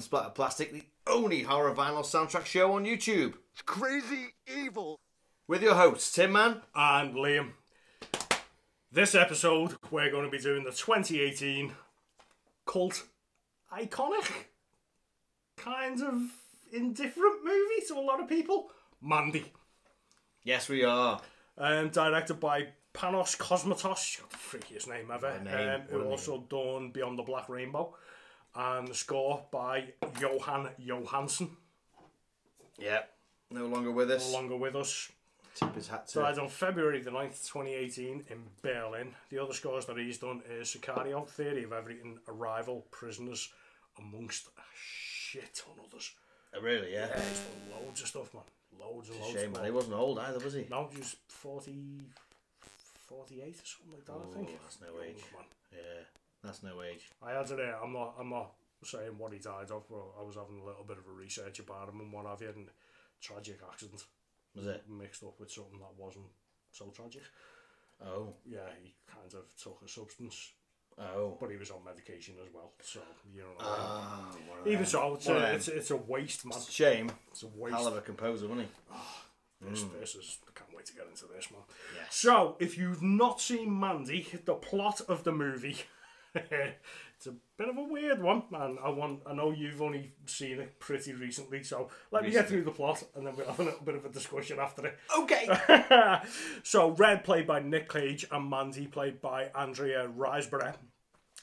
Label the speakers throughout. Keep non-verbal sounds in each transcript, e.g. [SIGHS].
Speaker 1: Plastic, the only horror vinyl soundtrack show on YouTube.
Speaker 2: It's crazy evil.
Speaker 1: With your hosts, Tin Man.
Speaker 3: and Liam. This episode, we're going to be doing the 2018 cult iconic, kind of indifferent movie to a lot of people Mandy.
Speaker 1: Yes, we are.
Speaker 3: Um, directed by Panos Cosmatos, freakiest name ever,
Speaker 1: name,
Speaker 3: um,
Speaker 1: what a
Speaker 3: who
Speaker 1: name.
Speaker 3: also done Beyond the Black Rainbow. And the score by Johan Johansson,
Speaker 1: Yeah. No longer with
Speaker 3: no
Speaker 1: us.
Speaker 3: longer with us.
Speaker 1: Tip his hat to.
Speaker 3: Died on February the 9th, 2018 in Berlin. The other scores that he's done is Sicario, Theory of Everything, Arrival, Prisoners, amongst a shit ton others.
Speaker 1: Oh, really, yeah.
Speaker 3: He's done loads of stuff, man. Loads and loads.
Speaker 1: Shame,
Speaker 3: of
Speaker 1: man. He wasn't old either, was he?
Speaker 3: No, he was 40, 48 or something like that, I think.
Speaker 1: Oh, that's no age.
Speaker 3: Young man.
Speaker 1: Yeah. That's no age.
Speaker 3: I had it there. I'm not. I'm not saying what he died of. Well, I was having a little bit of a research about him and what have you, and tragic accident
Speaker 1: Was it?
Speaker 3: mixed up with something that wasn't so tragic.
Speaker 1: Oh.
Speaker 3: Yeah, he kind of took a substance,
Speaker 1: Oh.
Speaker 3: but he was on medication as well. So you know. What I
Speaker 1: Ah, one of
Speaker 3: mean. Even
Speaker 1: them.
Speaker 3: so, it's
Speaker 1: One of
Speaker 3: a,
Speaker 1: them.
Speaker 3: it's, it's a waste, man.
Speaker 1: Shame.
Speaker 3: It's a waste.
Speaker 1: Hell of a composer, wasn't he?
Speaker 3: This, this is. I can't wait to get into this, man.
Speaker 1: Yes.
Speaker 3: So, if you've not seen Mandy, the plot of the movie, [LAUGHS] it's a bit of a weird one, man. I want. I know you've only seen it pretty recently, so let me get through the plot, and then we'll have a little bit of a discussion after it. [LAUGHS]
Speaker 1: Okay.
Speaker 3: so Red played by Nick Cage and Mandy played by Andrea Riseborough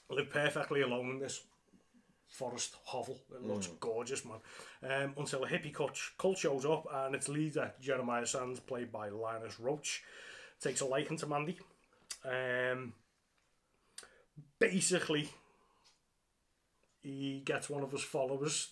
Speaker 3: live perfectly alone in this forest hovel. It looks
Speaker 1: Mm.
Speaker 3: gorgeous, man. Um, until a hippie cult, cult shows up and its leader Jeremiah Sands, played by Linus Roach, takes a liking to Mandy. Um, basically, he gets one of his followers,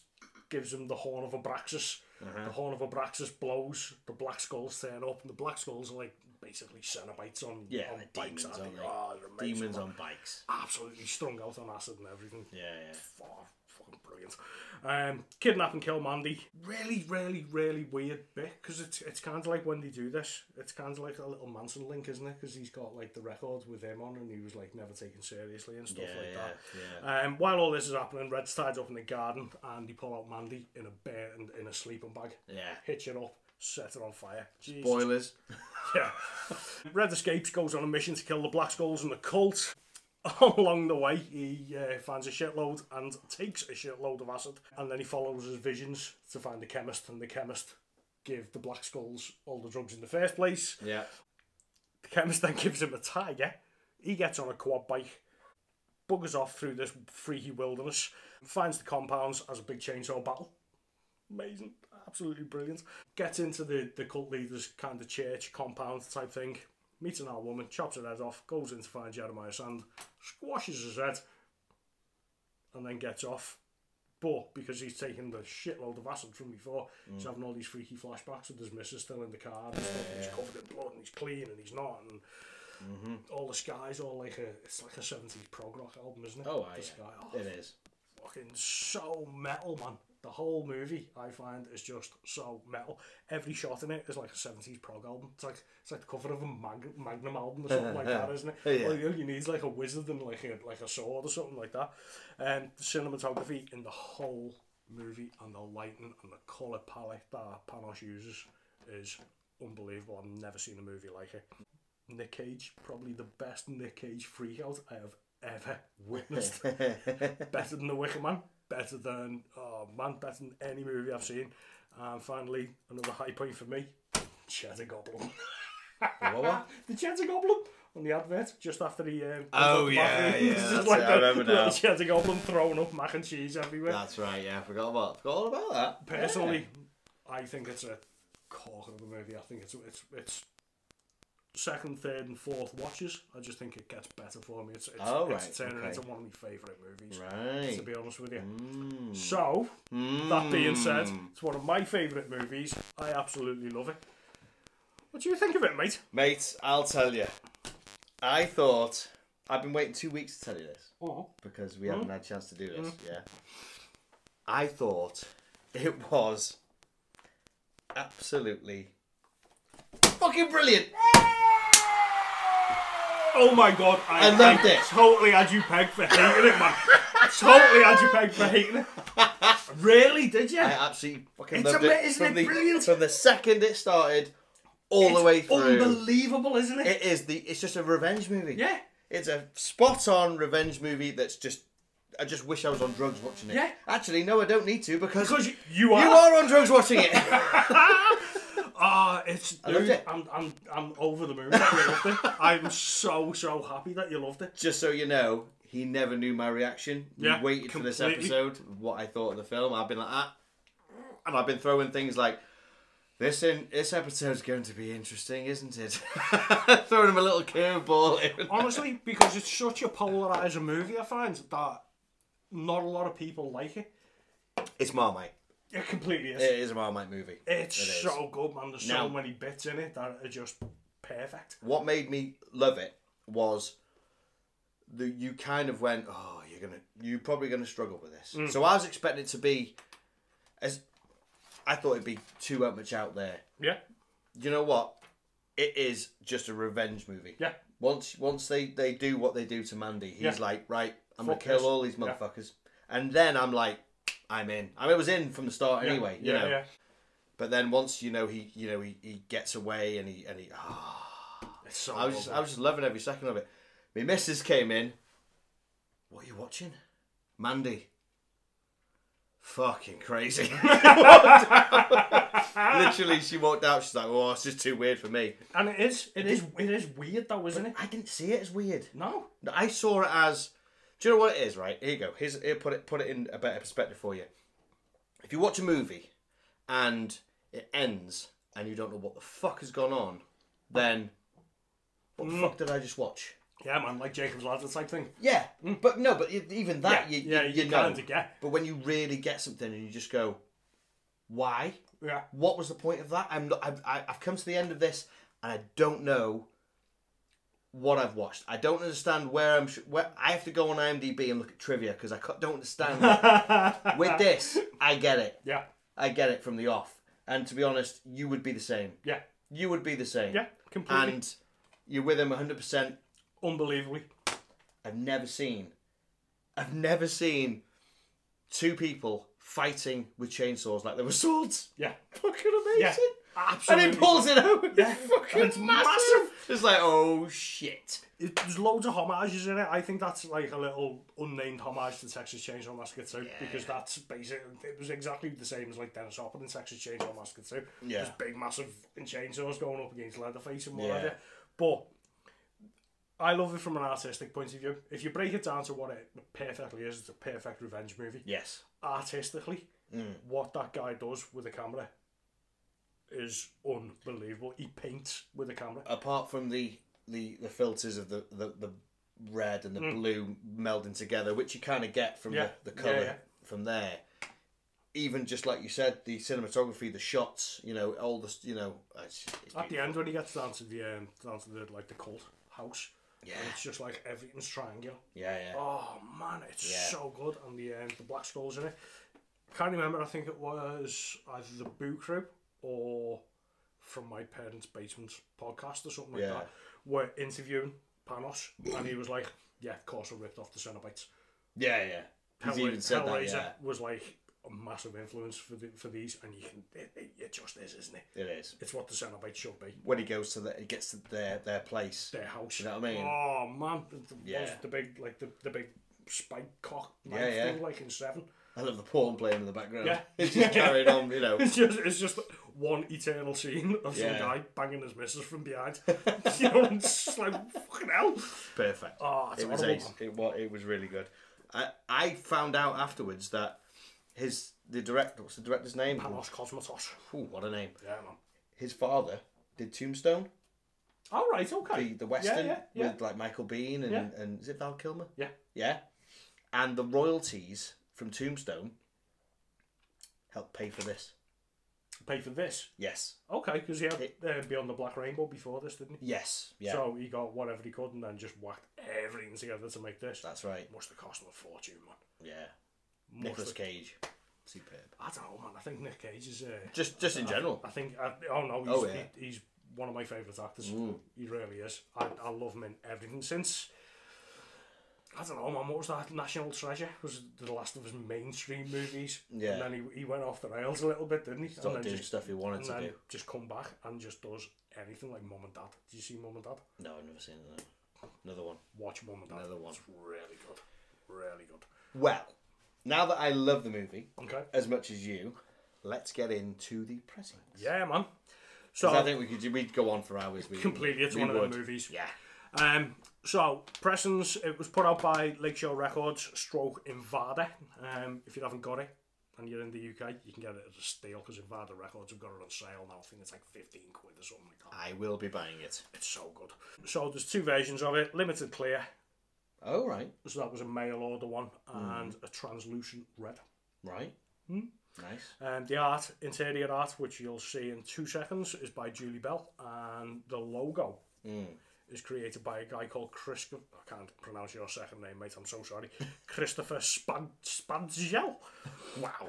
Speaker 3: gives him the horn of Abraxas.
Speaker 1: Uh-huh.
Speaker 3: The horn of Abraxas blows, the black skulls turn up, and the black skulls are like basically cenobites on,
Speaker 1: Yeah,
Speaker 3: on
Speaker 1: the
Speaker 3: bikes.
Speaker 1: demons,
Speaker 3: aren't
Speaker 1: aren't
Speaker 3: they? Oh, they're amazing,
Speaker 1: Demons
Speaker 3: man.
Speaker 1: on bikes.
Speaker 3: absolutely strung out on acid and everything.
Speaker 1: Yeah, yeah.
Speaker 3: Fuck, fucking brilliant. Um, kidnap and kill Mandy. Really, really, really weird bit because it's it's kind of like when they do this, it's kind of like a little Manson link, isn't it? Because he's got like the records with him on, and he was like never taken seriously and stuff
Speaker 1: Yeah,
Speaker 3: like
Speaker 1: yeah,
Speaker 3: that. Um, while all this is happening, Red's tied up in the garden, and he pull out Mandy in a bear and in a sleeping bag,
Speaker 1: Yeah.
Speaker 3: hitch her up, set her on fire. Jesus
Speaker 1: Boilers.
Speaker 3: yeah. Red escapes, goes on a mission to kill the Black Skulls and the cult. [LAUGHS] All along the way, he uh, finds a shitload and takes a shitload of acid, and then he follows his visions to find the chemist, and the chemist give the Black Skulls all the drugs in the first place.
Speaker 1: Yeah.
Speaker 3: The chemist [LAUGHS] then gives him a tiger. He gets on a quad bike, buggers off through this freaky wilderness, finds the compounds as a big chainsaw battle. Amazing, absolutely brilliant. Gets into the, the cult leader's kind of church compound type thing, meets an old woman, chops her head off, goes in to find Jeremiah Sand, squashes his head, and then gets off. But because he's taken the shitload of acid from before, he's
Speaker 1: Mm.
Speaker 3: having all these freaky flashbacks with his missus still in the car and stuff. and He's covered in blood and he's clean and he's not. And
Speaker 1: Mm-hmm.
Speaker 3: all the sky's all like a it's like a seventies prog rock album, isn't it?
Speaker 1: Oh,
Speaker 3: the
Speaker 1: aye,
Speaker 3: sky. Oh,
Speaker 1: yeah. It [LAUGHS] is.
Speaker 3: fucking so metal, man. The whole movie I find is just so metal. Every shot in it is like a seventies prog album. It's like it's like the cover of a Mag- Magnum album or something like that, isn't it?
Speaker 1: Yeah.
Speaker 3: All you- all you need is like a wizard and like a like a sword or something like that. Um, the cinematography in the whole movie and the lighting and the color palette that Panos uses is unbelievable. I've never seen a movie like it. Nick Cage, probably the best Nick Cage freakout I have ever [LAUGHS]
Speaker 1: [LAUGHS]
Speaker 3: witnessed better than The Wicker Man, better than oh man, better than any movie I've seen. And finally, another high point for me, Cheddar Goblin. [LAUGHS]
Speaker 1: What, what?
Speaker 3: the Cheddar Goblin on the advert just after he um, comes
Speaker 1: Oh,
Speaker 3: out the
Speaker 1: yeah,
Speaker 3: bathroom.
Speaker 1: yeah,
Speaker 3: [LAUGHS] It's just
Speaker 1: that's
Speaker 3: like
Speaker 1: it, I
Speaker 3: the
Speaker 1: remember
Speaker 3: little
Speaker 1: now.
Speaker 3: Cheddar Goblin throwing up mac and cheese everywhere.
Speaker 1: That's right, yeah. I forgot about, forgot all about that.
Speaker 3: Personally, I think it's a corker of a movie. I think it's it's it's second, third, and fourth watches. I just think it gets better for me. It's it's,
Speaker 1: Oh,
Speaker 3: it's
Speaker 1: right,
Speaker 3: turning
Speaker 1: okay.
Speaker 3: into one of my favourite movies.
Speaker 1: Right.
Speaker 3: To be honest with you.
Speaker 1: Mm.
Speaker 3: So, that being said,
Speaker 1: Hmm.
Speaker 3: it's one of my favourite movies. I absolutely love it. What do you think of it, mate?
Speaker 1: Mate, I'll tell you. I thought I've been waiting two weeks to tell you this
Speaker 3: Oh,
Speaker 1: because we haven't had a chance to do
Speaker 3: Mm.
Speaker 1: this. Yeah. I thought it was absolutely fucking brilliant.
Speaker 3: my god, I,
Speaker 1: I loved
Speaker 3: I
Speaker 1: it.
Speaker 3: Totally had you pegged for hating it, man. totally had you pegged for hating it. Really, did you?
Speaker 1: I absolutely fucking
Speaker 3: It's
Speaker 1: loved
Speaker 3: ama-
Speaker 1: it.
Speaker 3: isn't
Speaker 1: from
Speaker 3: it
Speaker 1: the,
Speaker 3: brilliant?
Speaker 1: From the second it started, all the way through.
Speaker 3: Unbelievable, isn't it?
Speaker 1: It is the. It's just a revenge movie.
Speaker 3: Yeah.
Speaker 1: It's a spot-on revenge movie that's just. I just wish I was on drugs watching it.
Speaker 3: Yeah.
Speaker 1: Actually, no, I don't need to because
Speaker 3: Because
Speaker 1: you,
Speaker 3: you, you are.
Speaker 1: are on drugs watching it.
Speaker 3: Ah, it's.
Speaker 1: loved
Speaker 3: Dude,
Speaker 1: it.
Speaker 3: I'm, I'm, I'm over the moon. that you loved it. I'm so, so happy that you loved
Speaker 1: [LAUGHS]
Speaker 3: it.
Speaker 1: just so you know, he never knew my reaction. You
Speaker 3: Yeah,
Speaker 1: waited for this
Speaker 3: completely.
Speaker 1: episode, what I thought of the film. I've been like that, and I've been throwing things like. This in this episode's going to be interesting, isn't it? [LAUGHS] Throwing him a little curveball. in.
Speaker 3: Honestly, because it's such a polarizing movie, I find that not a lot of people like it.
Speaker 1: It's Marmite.
Speaker 3: It completely is.
Speaker 1: It is a Marmite movie.
Speaker 3: it's
Speaker 1: it is.
Speaker 3: so good, man. There's
Speaker 1: Now-
Speaker 3: so many bits in it that are just perfect.
Speaker 1: what made me love it was that you kind of went, oh, you're gonna, you're probably gonna struggle with this.
Speaker 3: Mm.
Speaker 1: So I was expecting it to be, as I thought it'd be too much out there.
Speaker 3: Yeah.
Speaker 1: You know what? It is just a revenge movie.
Speaker 3: Yeah.
Speaker 1: Once, once they they do what they do to Mandy, he's
Speaker 3: Yeah.
Speaker 1: like, right, I'm
Speaker 3: Fuck
Speaker 1: gonna
Speaker 3: this.
Speaker 1: kill all these
Speaker 3: Yeah.
Speaker 1: motherfuckers, and then I'm like, I'm in. I mean, it was in from the start anyway. You
Speaker 3: yeah,
Speaker 1: know.
Speaker 3: yeah.
Speaker 1: But then once you know he, you know he, he gets away and he and he. ah,
Speaker 3: It's so
Speaker 1: I was
Speaker 3: good.
Speaker 1: just, I was just loving every second of it. My missus came in. What are you watching? Mandy. Fucking crazy. [LAUGHS] Literally, she walked out. She's like, "Oh, this is too weird for me."
Speaker 3: and it is, it is, it is weird though, isn't it?
Speaker 1: I didn't see it as weird.
Speaker 3: No.
Speaker 1: I saw it as, do you know what it is? Right here you go. Here's here put it put it in a better perspective for you. If you watch a movie and it ends and you don't know what the fuck has gone on, then what
Speaker 3: Mm.
Speaker 1: the fuck did I just watch?
Speaker 3: Yeah, man, like Jacob's Ladder type thing.
Speaker 1: Yeah, but no, but e- even that,
Speaker 3: Mm. Yeah,
Speaker 1: you,
Speaker 3: yeah,
Speaker 1: you,
Speaker 3: you
Speaker 1: you know.
Speaker 3: kinda get.
Speaker 1: But when you really get something and you just go, why?
Speaker 3: Yeah.
Speaker 1: What was the point of that? I'm not, I've, I- I've come to the end of this and I don't know what I've watched. I don't understand where I'm. Sh- where I have to go on IMDb and look at trivia because I ca- don't understand.
Speaker 3: [LAUGHS]
Speaker 1: it. With this, I get it.
Speaker 3: Yeah.
Speaker 1: I get it from the off. And to be honest, you would be the same.
Speaker 3: Yeah.
Speaker 1: You would be the same.
Speaker 3: Yeah. Completely.
Speaker 1: And you're with him 100. percent
Speaker 3: Unbelievably.
Speaker 1: I've never seen. I've never seen two people fighting with chainsaws like they were swords. [LAUGHS]
Speaker 3: Yeah.
Speaker 1: Fucking amazing.
Speaker 3: Yeah.
Speaker 1: And
Speaker 3: Absolutely.
Speaker 1: it pulls it out.
Speaker 3: Yeah.
Speaker 1: Fucking
Speaker 3: And it's
Speaker 1: massive.
Speaker 3: massive.
Speaker 1: It's like, oh shit.
Speaker 3: It- there's loads of homages in it. I think that's like a little unnamed homage to Texas Chainsaw Massacre 2 because that's basic. It was exactly the same as like Dennis Hopper in Texas Chainsaw Massacre 2.
Speaker 1: Yeah.
Speaker 3: There's big, massive fucking chainsaws going up against Leatherface and
Speaker 1: Yeah.
Speaker 3: whatever. But I love it from an artistic point of view. If you break it down to what it perfectly is, it's a perfect revenge movie.
Speaker 1: Yes.
Speaker 3: artistically,
Speaker 1: Mm.
Speaker 3: what that guy does with the camera is unbelievable. He paints with the camera.
Speaker 1: Apart from the the, the filters of the, the, the red and the blue melding together, which you kind of get from
Speaker 3: Mm. Yeah.
Speaker 1: the, the
Speaker 3: Yeah,
Speaker 1: colour
Speaker 3: yeah.
Speaker 1: from there. Even just like you said, the cinematography, the shots, you know, all the, s- you know, it's, it's
Speaker 3: At the end, when he gets down to the um, down to the like the cult house,
Speaker 1: Yeah.
Speaker 3: and it's just like everything's triangular.
Speaker 1: yeah, yeah.
Speaker 3: Oh man, it's
Speaker 1: Yeah.
Speaker 3: so good, and the um, the black skulls in it. Can't remember. I think it was either the Boo Crew or from my parents' basement podcast or something like
Speaker 1: Yeah.
Speaker 3: that. Were interviewing Panos, and he was like, "Yeah, of course, I ripped off the Cenobites."
Speaker 1: Yeah, yeah. He's
Speaker 3: Hellra-
Speaker 1: even said that,
Speaker 3: Hellraiser
Speaker 1: yeah.
Speaker 3: was like a massive influence for the, for these, and you can it, it, it just is, isn't it?
Speaker 1: It is.
Speaker 3: It's what the Cenobites should be.
Speaker 1: When he goes to the, he gets to their their place.
Speaker 3: Their house.
Speaker 1: You know what I mean?
Speaker 3: Oh man, the, the-
Speaker 1: Yeah.
Speaker 3: was the big like the, the big spike cock knife
Speaker 1: Yeah, yeah.
Speaker 3: thing like in Seven. [LAUGHS]
Speaker 1: I love the porn playing in the background. [LAUGHS]
Speaker 3: Yeah.
Speaker 1: It's just carrying on, you know.
Speaker 3: It's just it's just one eternal scene of
Speaker 1: Yeah.
Speaker 3: some guy banging his missus
Speaker 1: [LAUGHS]
Speaker 3: from behind. [LAUGHS] you know, it's just like fucking hell.
Speaker 1: Perfect.
Speaker 3: Oh, it's
Speaker 1: it was
Speaker 3: horrible.
Speaker 1: ace. It was it was really good. I I found out afterwards that his the director what's the director's name?
Speaker 3: Panos Cosmatos.
Speaker 1: Ooh, what a name.
Speaker 3: Yeah, man.
Speaker 1: His father did Tombstone,
Speaker 3: All right, okay.
Speaker 1: the, the western
Speaker 3: Yeah, yeah, yeah.
Speaker 1: with like Michael Bean and,
Speaker 3: Yeah.
Speaker 1: and is it Val Kilmer?
Speaker 3: yeah.
Speaker 1: Yeah. And the royalties from Tombstone helped pay for this.
Speaker 3: Pay for this.
Speaker 1: Yes.
Speaker 3: Okay, because he had
Speaker 1: It-
Speaker 3: uh, Beyond the Black Rainbow before this, didn't he?
Speaker 1: Yes. Yeah.
Speaker 3: So he got whatever he could and then just whacked everything together to make this.
Speaker 1: That's right.
Speaker 3: Must have cost him a fortune, man.
Speaker 1: Yeah.
Speaker 3: Must
Speaker 1: Nicholas
Speaker 3: have-
Speaker 1: Cage. Superb.
Speaker 3: I don't know, man. I think Nick Cage is. Uh,
Speaker 1: Just just in general.
Speaker 3: I think. I, oh no, he's,
Speaker 1: Oh, yeah. Mm.
Speaker 3: he, he's one of my favourite actors. He really is. I, I love him in everything since. I don't know, man. What was that? National Treasure was the last of his mainstream movies.
Speaker 1: Yeah.
Speaker 3: And then he, he went off the rails a little bit, didn't he?
Speaker 1: Sort
Speaker 3: and
Speaker 1: of
Speaker 3: then
Speaker 1: doing
Speaker 3: just,
Speaker 1: stuff he wanted
Speaker 3: and
Speaker 1: to
Speaker 3: then
Speaker 1: do.
Speaker 3: just come back and just does anything like Mum and Dad. Did you see Mum and Dad?
Speaker 1: No, I've never seen it. No. Another one.
Speaker 3: Watch Mum and Dad.
Speaker 1: Another one.
Speaker 3: It's really good. Really good.
Speaker 1: Well, now that I love the movie
Speaker 3: Okay.
Speaker 1: as much as you, let's get into the pressing.
Speaker 3: Yeah, man. So
Speaker 1: I think we could we'd go on for hours. We,
Speaker 3: completely, it's
Speaker 1: we
Speaker 3: one of
Speaker 1: would.
Speaker 3: the movies.
Speaker 1: Yeah.
Speaker 3: Um, so Preston's it was put out by Lakeshore Records, stroke Invada. Um, if you haven't got it and you're in the UK, you can get it as a steal because Invada Records have got it on sale now. I think it's like fifteen quid or something like that.
Speaker 1: I will be buying it.
Speaker 3: It's so good. So there's two versions of it: limited clear,
Speaker 1: Oh right,
Speaker 3: so that was a mail order one, and a translucent red.
Speaker 1: right.
Speaker 3: Hmm?
Speaker 1: Nice.
Speaker 3: Um, the art, interior art, which you'll see in two seconds, is by Julie Bell, and the logo is created by a guy called Chris. I can't pronounce your second name, mate. I'm so sorry, [LAUGHS] Christopher Spad- Spadziel.
Speaker 1: Wow.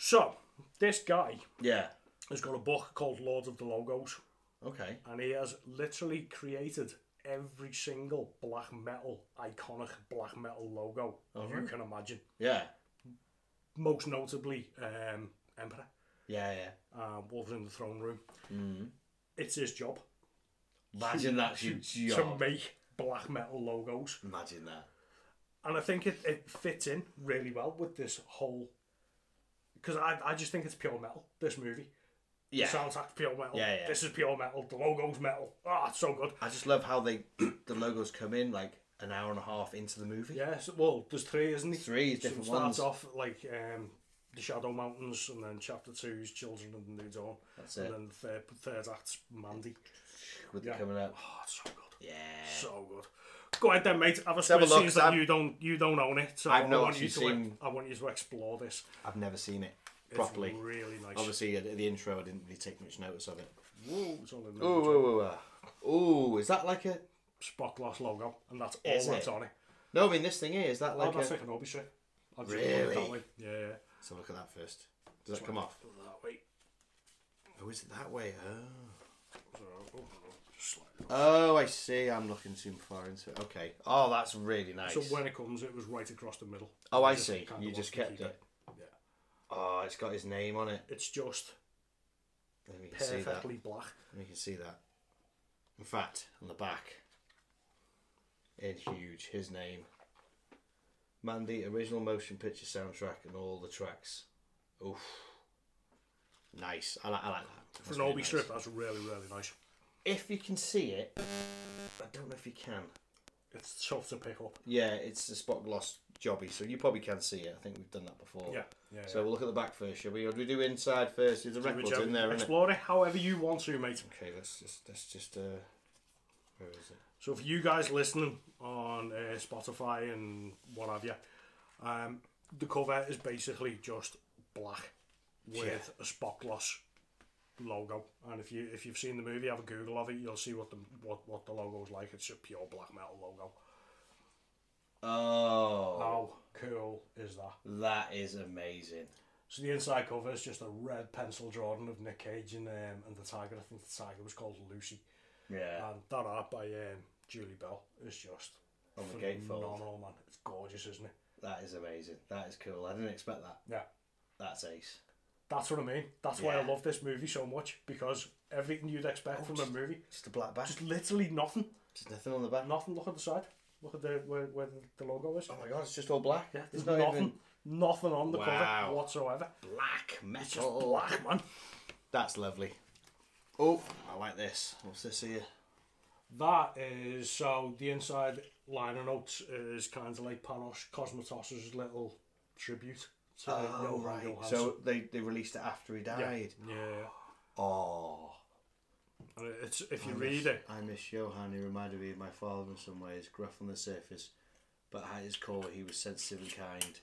Speaker 3: So this guy
Speaker 1: Yeah.
Speaker 3: has got a book called Lords of the Logos,
Speaker 1: Okay.
Speaker 3: and he has literally created every single black metal iconic black metal logo you can imagine.
Speaker 1: Yeah.
Speaker 3: Most notably, um, Emperor.
Speaker 1: Yeah. Yeah.
Speaker 3: uh, Wolves in the Throne Room. It's his job
Speaker 1: Mm. Imagine that's your
Speaker 3: to
Speaker 1: job.
Speaker 3: make black metal logos,
Speaker 1: Imagine that.
Speaker 3: and I think it, it fits in really well with this whole. Because I, I just think it's pure metal. This movie,
Speaker 1: Yeah.
Speaker 3: the soundtrack's pure metal.
Speaker 1: Yeah, yeah.
Speaker 3: This is pure metal. The logo's metal. Ah, it's so good.
Speaker 1: I just love how they [CLEARS THROAT] the logos come in like an hour and a half into the movie.
Speaker 3: Yeah, so, well, there's three, isn't it?
Speaker 1: Three
Speaker 3: So it
Speaker 1: different
Speaker 3: starts
Speaker 1: ones.
Speaker 3: off like um, the Shadow Mountains, and then Chapter Two's Children of the New Dawn. That's
Speaker 1: it.
Speaker 3: And then the third, third act's Mandy.
Speaker 1: With the coming up.
Speaker 3: Oh, it's so good.
Speaker 1: Yeah.
Speaker 3: So good. Go ahead then, mate. Have a
Speaker 1: have a
Speaker 3: split
Speaker 1: look,
Speaker 3: scenes that
Speaker 1: Sam.
Speaker 3: you don't you don't own it. So
Speaker 1: I've
Speaker 3: I
Speaker 1: not
Speaker 3: want you to
Speaker 1: actually seen-
Speaker 3: I want you to explore this.
Speaker 1: I've never seen it
Speaker 3: It's
Speaker 1: properly.
Speaker 3: really nice.
Speaker 1: Obviously, at the intro, I didn't really take much notice of it.
Speaker 3: Whoa, it's all in the
Speaker 1: Ooh, ooh, ooh, ooh. ooh is that like a?
Speaker 3: Spock Lost logo, and that's all
Speaker 1: Is
Speaker 3: that's
Speaker 1: it?
Speaker 3: on it.
Speaker 1: No, I mean this thing here. Is that
Speaker 3: Oh,
Speaker 1: like a?
Speaker 3: that's like an obby I'll just put it
Speaker 1: Really?
Speaker 3: That way. Yeah, yeah.
Speaker 1: Let's have a look at that first. Does that come off?
Speaker 3: Put it that way.
Speaker 1: Oh, is it that way? Oh.
Speaker 3: So, oh, no, just slide it.
Speaker 1: Oh, I see. I'm looking too far into it. Okay. Oh, that's really nice.
Speaker 3: So when it comes, it was right across the middle.
Speaker 1: Oh,
Speaker 3: You
Speaker 1: I
Speaker 3: just
Speaker 1: see.
Speaker 3: kinda
Speaker 1: You
Speaker 3: want
Speaker 1: just
Speaker 3: to
Speaker 1: kept
Speaker 3: keep
Speaker 1: it.
Speaker 3: Yeah,
Speaker 1: Oh, it's got his name on it.
Speaker 3: it's just
Speaker 1: Then we can see that.
Speaker 3: perfectly black.
Speaker 1: We can see that. In fact, on the back, in huge, his name. Mandy, original motion picture soundtrack, and all the tracks. Oof. Nice. I, li- I like that.
Speaker 3: For
Speaker 1: That's
Speaker 3: an
Speaker 1: really
Speaker 3: obby
Speaker 1: nice.
Speaker 3: strip, that's really really nice.
Speaker 1: If you can see it, I don't know if you can.
Speaker 3: It's tough to pick up.
Speaker 1: Yeah, it's a spot gloss jobby, so you probably can see it. I think we've done that before.
Speaker 3: Yeah, yeah.
Speaker 1: So we'll look at the back first, shall we? Or do we do inside first? There's a
Speaker 3: yeah.
Speaker 1: record
Speaker 3: Whichever-
Speaker 1: in there, isn't it?
Speaker 3: Explore it however you want to, mate.
Speaker 1: Okay, let's just let's just uh, where is it?
Speaker 3: So for you guys listening on uh, Spotify and what have you, um, the cover is basically just black with a spot gloss logo. And if you if you've seen the movie, have a Google of it. You'll see what the what, what the logo's like. It's a pure black metal logo.
Speaker 1: Oh,
Speaker 3: How cool is that?
Speaker 1: that is amazing.
Speaker 3: So the inside cover is just a red pencil drawing of Nick Cage and um, and the tiger. I think the tiger was called Lucy.
Speaker 1: Yeah,
Speaker 3: And that art by um, Julie Bell is just
Speaker 1: On the gatefold.
Speaker 3: phenomenal, man. It's gorgeous, isn't it?
Speaker 1: that is amazing. That is cool. I didn't expect that.
Speaker 3: Yeah.
Speaker 1: That's ace.
Speaker 3: That's what I mean. That's why I
Speaker 1: Yeah.
Speaker 3: love this movie so much because everything you'd expect from a movie,
Speaker 1: Just a black back.
Speaker 3: just literally nothing,
Speaker 1: Just nothing on the back.
Speaker 3: nothing. Look at the side. Look at the where, where the logo is.
Speaker 1: Oh my god, it's just all black.
Speaker 3: Yeah,
Speaker 1: there's
Speaker 3: there's
Speaker 1: not
Speaker 3: nothing,
Speaker 1: even
Speaker 3: nothing on the
Speaker 1: Wow.
Speaker 3: cover whatsoever.
Speaker 1: black
Speaker 3: Just
Speaker 1: metal.
Speaker 3: black, man.
Speaker 1: That's lovely. Oh, I like this. What's this here?
Speaker 3: That is so. The inside liner notes is kind of like Panos Cosmatos's little tribute to
Speaker 1: Oh,
Speaker 3: Johann Johansson.
Speaker 1: So they, they released it after he died.
Speaker 3: yeah,
Speaker 1: Oh.
Speaker 3: and it's if you read it,
Speaker 1: I miss Johan. He reminded me of my father in some ways, gruff on the surface, but at his core, he was sensitive and kind.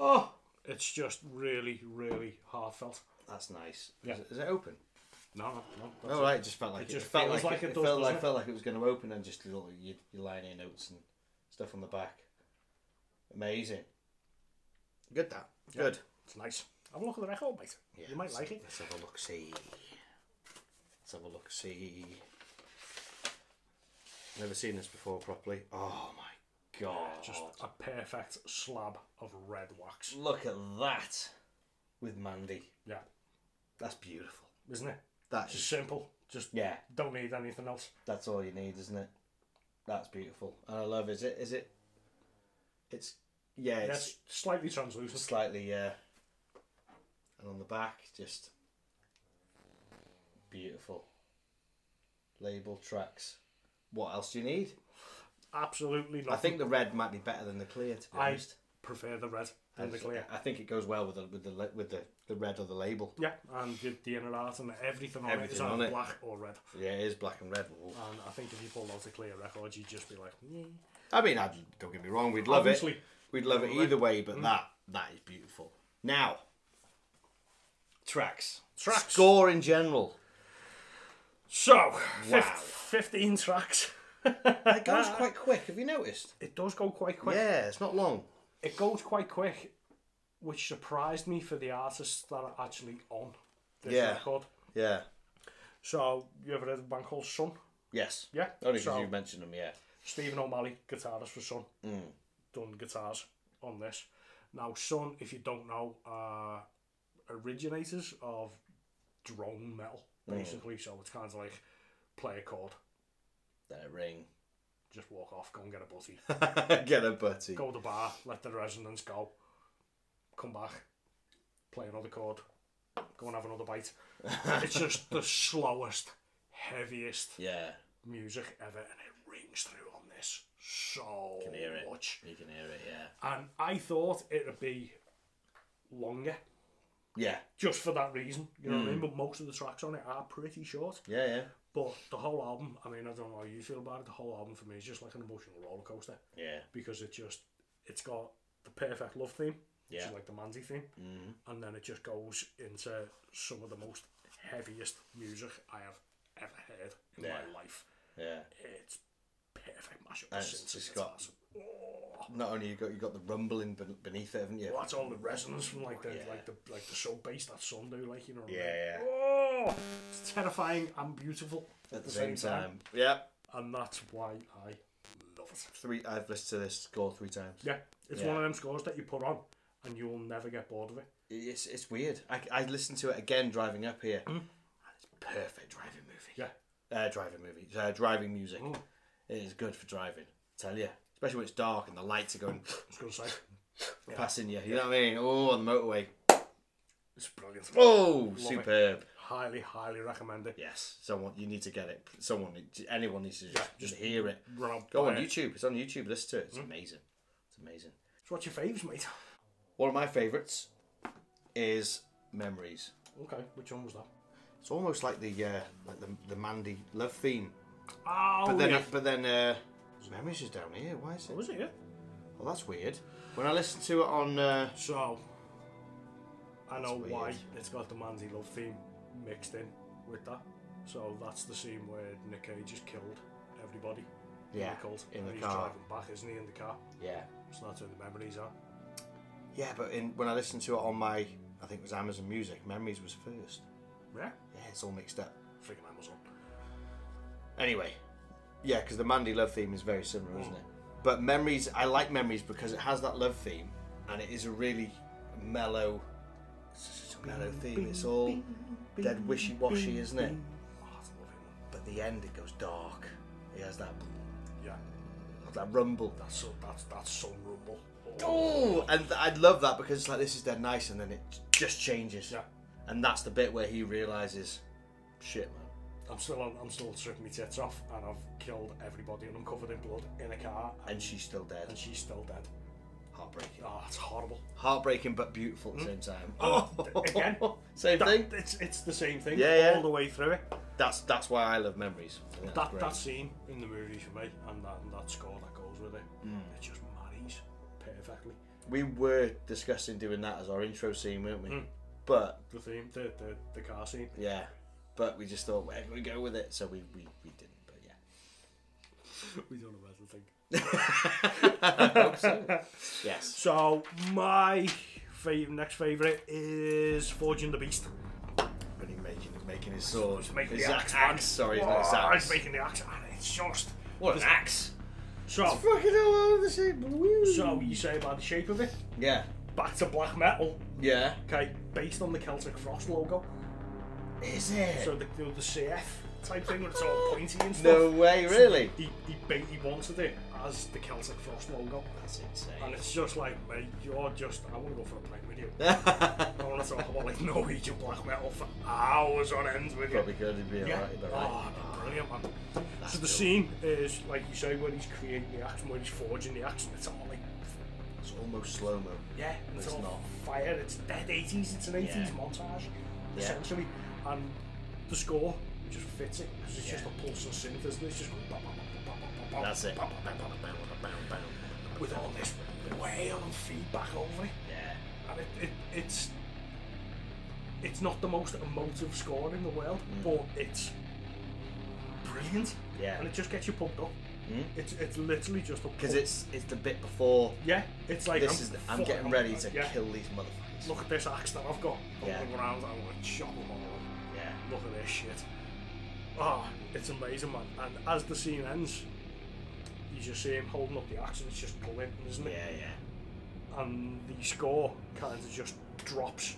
Speaker 3: oh, it's just really, really heartfelt.
Speaker 1: That's nice.
Speaker 3: Yeah.
Speaker 1: Is, it, is it open?
Speaker 3: No, no, no. that's
Speaker 1: Oh, right. It just felt like
Speaker 3: It
Speaker 1: it,
Speaker 3: just
Speaker 1: it felt
Speaker 3: feels
Speaker 1: like,
Speaker 3: like
Speaker 1: it,
Speaker 3: it
Speaker 1: it
Speaker 3: does,
Speaker 1: felt like
Speaker 3: doesn't it?
Speaker 1: felt like it was going to open, and just little your, your line A notes and stuff on the back. Amazing. Good that. Good.
Speaker 3: It's nice. Have a look at the record, mate. you might
Speaker 1: let's-
Speaker 3: like it.
Speaker 1: Let's have a look. See. Let's have a look. See. Never seen this before properly. Oh my God.
Speaker 3: Just a perfect slab of red wax.
Speaker 1: Look at that with Mandy.
Speaker 3: Yeah,
Speaker 1: That's beautiful.
Speaker 3: isn't it?
Speaker 1: That's
Speaker 3: Just simple. Just
Speaker 1: yeah.
Speaker 3: don't need anything else.
Speaker 1: That's all you need, isn't it? That's beautiful, and I love. Is it? Is it? It's yeah. It's
Speaker 3: Yes, slightly translucent.
Speaker 1: slightly yeah. And on the back, just beautiful. Label tracks. What else do you need?
Speaker 3: Absolutely nothing.
Speaker 1: I think the red might be better than the clear. To be
Speaker 3: I
Speaker 1: honest,
Speaker 3: prefer the red than the clear.
Speaker 1: I think it goes well with the with the la- with the, the red of the label.
Speaker 3: Yeah, and the, the inner art and everything on it is
Speaker 1: Everything on
Speaker 3: either
Speaker 1: it.
Speaker 3: black or red.
Speaker 1: Yeah, it is black and red. Ooh.
Speaker 3: And I think if you pulled out a clear record, you'd just be like, yeah.
Speaker 1: I mean, I'd, don't get me wrong, we'd love it.
Speaker 3: Obviously. Mm.
Speaker 1: We'd love it either way, but that that is beautiful. Now, tracks,
Speaker 3: Tracks.
Speaker 1: score in general.
Speaker 3: So,
Speaker 1: Wow.
Speaker 3: fif- 15 tracks.
Speaker 1: It goes quite quick. Have you noticed?
Speaker 3: It does go quite quick.
Speaker 1: Yeah, it's not long.
Speaker 3: It goes quite quick, which surprised me for the artists that are actually on this
Speaker 1: Yeah.
Speaker 3: record.
Speaker 1: Yeah.
Speaker 3: So, you ever heard of a band called Sun?
Speaker 1: Yes.
Speaker 3: Yeah.
Speaker 1: Only because
Speaker 3: so,
Speaker 1: you've Hmm. mentioned them. Yeah.
Speaker 3: Stephen O'Malley, guitarist for Sun, done guitars on this. Now, Sun, if you don't know, are originators of drone metal,
Speaker 1: Hmm.
Speaker 3: basically. So it's kind of like play a chord,
Speaker 1: Then a ring.
Speaker 3: just walk off, go and get a butty,
Speaker 1: [LAUGHS] Get a butty.
Speaker 3: go to the bar, let the resonance go, come back, play another chord, go and have another bite. it's just the slowest, heaviest
Speaker 1: [LAUGHS] Yeah.
Speaker 3: music ever, and it rings through on this so
Speaker 1: Can hear it.
Speaker 3: much.
Speaker 1: You can hear it. Yeah.
Speaker 3: and I thought it'd be longer
Speaker 1: Yeah.
Speaker 3: just for that reason. You know what I
Speaker 1: Hmm.
Speaker 3: mean? But most of the tracks on it are pretty short.
Speaker 1: Yeah. Yeah.
Speaker 3: But the whole album, I mean, I don't know how you feel about it. The whole album for me is just like an emotional roller coaster
Speaker 1: Yeah.
Speaker 3: because it just it's got the perfect love theme, which
Speaker 1: Yeah.
Speaker 3: is like the Mandy theme,
Speaker 1: Mm-hmm.
Speaker 3: and then it just goes into some of the most heaviest music I have ever heard in
Speaker 1: Yeah.
Speaker 3: my life.
Speaker 1: Yeah.
Speaker 3: It's perfect mashup.
Speaker 1: And
Speaker 3: of
Speaker 1: it's
Speaker 3: synths and
Speaker 1: just got-
Speaker 3: guitars.
Speaker 1: Not only you got you got the rumbling ben- beneath it, haven't you?
Speaker 3: Well, that's all the resonance from like the
Speaker 1: Yeah.
Speaker 3: like the like the sub bass that some do, like you know. what I mean?
Speaker 1: Yeah, yeah.
Speaker 3: Oh, it's terrifying and beautiful at,
Speaker 1: At the same time. Yeah.
Speaker 3: and that's why I love it.
Speaker 1: Three. I've listened to this score three times.
Speaker 3: Yeah, it's
Speaker 1: Yeah.
Speaker 3: one of them scores that you put on and you will never get bored of it.
Speaker 1: It's it's weird. I, I listened to it again driving up here. And it's perfect driving movie.
Speaker 3: Mm. Yeah. Mm.
Speaker 1: Uh, driving movie. Uh, driving music. It is good for driving. tell you. Especially when it's dark and the lights are going
Speaker 3: I was gonna
Speaker 1: [LAUGHS]
Speaker 3: say
Speaker 1: passing you. You know what I mean? Oh, on the motorway.
Speaker 3: it's brilliant.
Speaker 1: Oh,
Speaker 3: it.
Speaker 1: superb.
Speaker 3: Highly, highly recommend it.
Speaker 1: Yes. Someone you need to get it. Someone anyone needs to just,
Speaker 3: just
Speaker 1: hear it.
Speaker 3: Run out,
Speaker 1: Go on
Speaker 3: buy it.
Speaker 1: YouTube. It's on YouTube. Listen to it.
Speaker 3: Hmm.
Speaker 1: It's amazing. It's amazing.
Speaker 3: So what's your faves, mate?
Speaker 1: One of my favourites is Memories.
Speaker 3: Okay, which one was that?
Speaker 1: It's almost like the uh, like the, the Mandy love theme.
Speaker 3: Oh,
Speaker 1: But then,
Speaker 3: yeah.
Speaker 1: but then, uh, memories is down here. Why is it?
Speaker 3: was it? Yeah.
Speaker 1: Well, that's weird. When I listened to it on, uh,
Speaker 3: So, I know
Speaker 1: weird.
Speaker 3: why it's got the Mandy Love theme mixed in with that. So that's the scene where Nick Cage has killed everybody.
Speaker 1: yeah,
Speaker 3: in the, cult,
Speaker 1: in the
Speaker 3: and
Speaker 1: car,
Speaker 3: He's driving back, isn't he, in the car?
Speaker 1: yeah,
Speaker 3: So that's where the memories are.
Speaker 1: yeah, but in when I listened to it on my, I think it was Amazon Music. Memories was first.
Speaker 3: Yeah.
Speaker 1: Yeah, it's all mixed up.
Speaker 3: Freaking Amazon.
Speaker 1: Anyway, yeah, because the Mandy love theme is very similar, isn't it? But memories, I like memories because it has that love theme, and it is a really mellow, it's a mellow theme. It's all dead wishy washy, isn't it?
Speaker 3: Oh, that's a lovely one.
Speaker 1: But at the end, it goes dark. It has that
Speaker 3: Yeah.
Speaker 1: that rumble.
Speaker 3: That's so, that's that's so rumble.
Speaker 1: Oh, and th- I love that because it's like this is dead nice, and then it j- just changes.
Speaker 3: Yeah.
Speaker 1: And that's the bit where he realizes, shit, man.
Speaker 3: I'm still on, I'm still stripping my tits off, and I've killed everybody, and I'm covered in blood in a car,
Speaker 1: And she's still dead.
Speaker 3: and she's still dead.
Speaker 1: Heartbreaking.
Speaker 3: Oh, it's horrible.
Speaker 1: Heartbreaking, but beautiful at the same time.
Speaker 3: Hmm? Oh, again,
Speaker 1: [LAUGHS] same thing.
Speaker 3: That- it's it's the same thing
Speaker 1: Yeah, yeah.
Speaker 3: all the way through it.
Speaker 1: That's that's why I love memories. I think that's
Speaker 3: That
Speaker 1: great.
Speaker 3: that scene in the movie for me, and that and that score that goes with it,
Speaker 1: Hmm.
Speaker 3: it just marries perfectly.
Speaker 1: We were discussing doing that as our intro scene, weren't
Speaker 3: Hmm.
Speaker 1: we? But
Speaker 3: The theme, the the, the car scene.
Speaker 1: yeah, but we just thought where can we go with it, so we we, we didn't. But yeah.
Speaker 3: we don't know where to think.
Speaker 1: [LAUGHS] Yes.
Speaker 3: So my fav- next favorite is Forging the Beast.
Speaker 1: When he's making he's making his sword.
Speaker 3: It's making
Speaker 1: his
Speaker 3: the axe, man.
Speaker 1: Sorry,
Speaker 3: oh,
Speaker 1: his
Speaker 3: it's
Speaker 1: axe.
Speaker 3: making the axe, and it's just
Speaker 1: What an axe!
Speaker 3: So,
Speaker 1: Fucking hell, out of the shape.
Speaker 3: so you say about the shape of it?
Speaker 1: Yeah.
Speaker 3: Back to black metal.
Speaker 1: Yeah.
Speaker 3: Okay, based on the Celtic Frost logo.
Speaker 1: Is it?
Speaker 3: So the, the, the CF type thing, where
Speaker 1: [LAUGHS]
Speaker 3: it's all pointy and stuff.
Speaker 1: no way, really?
Speaker 3: He, he, ba- he wanted it as the Celtic Frost logo.
Speaker 1: That's
Speaker 3: And
Speaker 1: insane.
Speaker 3: it's just like, mate, you're just, I want to go for a pint with you.
Speaker 1: [LAUGHS]
Speaker 3: I
Speaker 1: Probably
Speaker 3: want to talk about like [LAUGHS] Norwegian black metal for hours on end with you.
Speaker 1: good, it'd be
Speaker 3: Yeah.
Speaker 1: alright, but right.
Speaker 3: Oh, it'd be brilliant, man. so the scene is, like you say, when he's creating the axe, and when he's forging the axe, and it's all like,
Speaker 1: Ah, It's almost slow mo.
Speaker 3: yeah, it's,
Speaker 1: It's
Speaker 3: all
Speaker 1: not.
Speaker 3: fire. It's dead 80s. It's an 80s
Speaker 1: Yeah.
Speaker 3: montage,
Speaker 1: Yeah.
Speaker 3: essentially. And the score just fits it because it's just
Speaker 1: Yeah.
Speaker 3: a pulse of synth, isn't it? It's just going bam, bam, bam, bam, bam, bam,
Speaker 1: That's it.
Speaker 3: bam, bam, bam, bam, bam, with all this wail and feedback over it.
Speaker 1: Yeah.
Speaker 3: and it, it, it's it's not the most emotive score in the world, but it's brilliant.
Speaker 1: Mm. Yeah.
Speaker 3: and it just gets you pumped up. It's it's literally just a
Speaker 1: Hmm? Because
Speaker 3: pump.
Speaker 1: it's it's the bit before
Speaker 3: yeah. It's like
Speaker 1: this
Speaker 3: I'm
Speaker 1: is. The, I'm
Speaker 3: fucking-
Speaker 1: getting ready to
Speaker 3: yeah,
Speaker 1: kill these motherfuckers.
Speaker 3: Look at this axe that I've got. I'm
Speaker 1: Yeah.
Speaker 3: gonna go around. I'm gonna chop them all.
Speaker 1: Yeah.
Speaker 3: Look at this shit. Ah, it's amazing, man. And as the scene ends, you just see him holding up the axe, and it's just glinting, isn't it?
Speaker 1: Yeah, yeah.
Speaker 3: and the score kind of just drops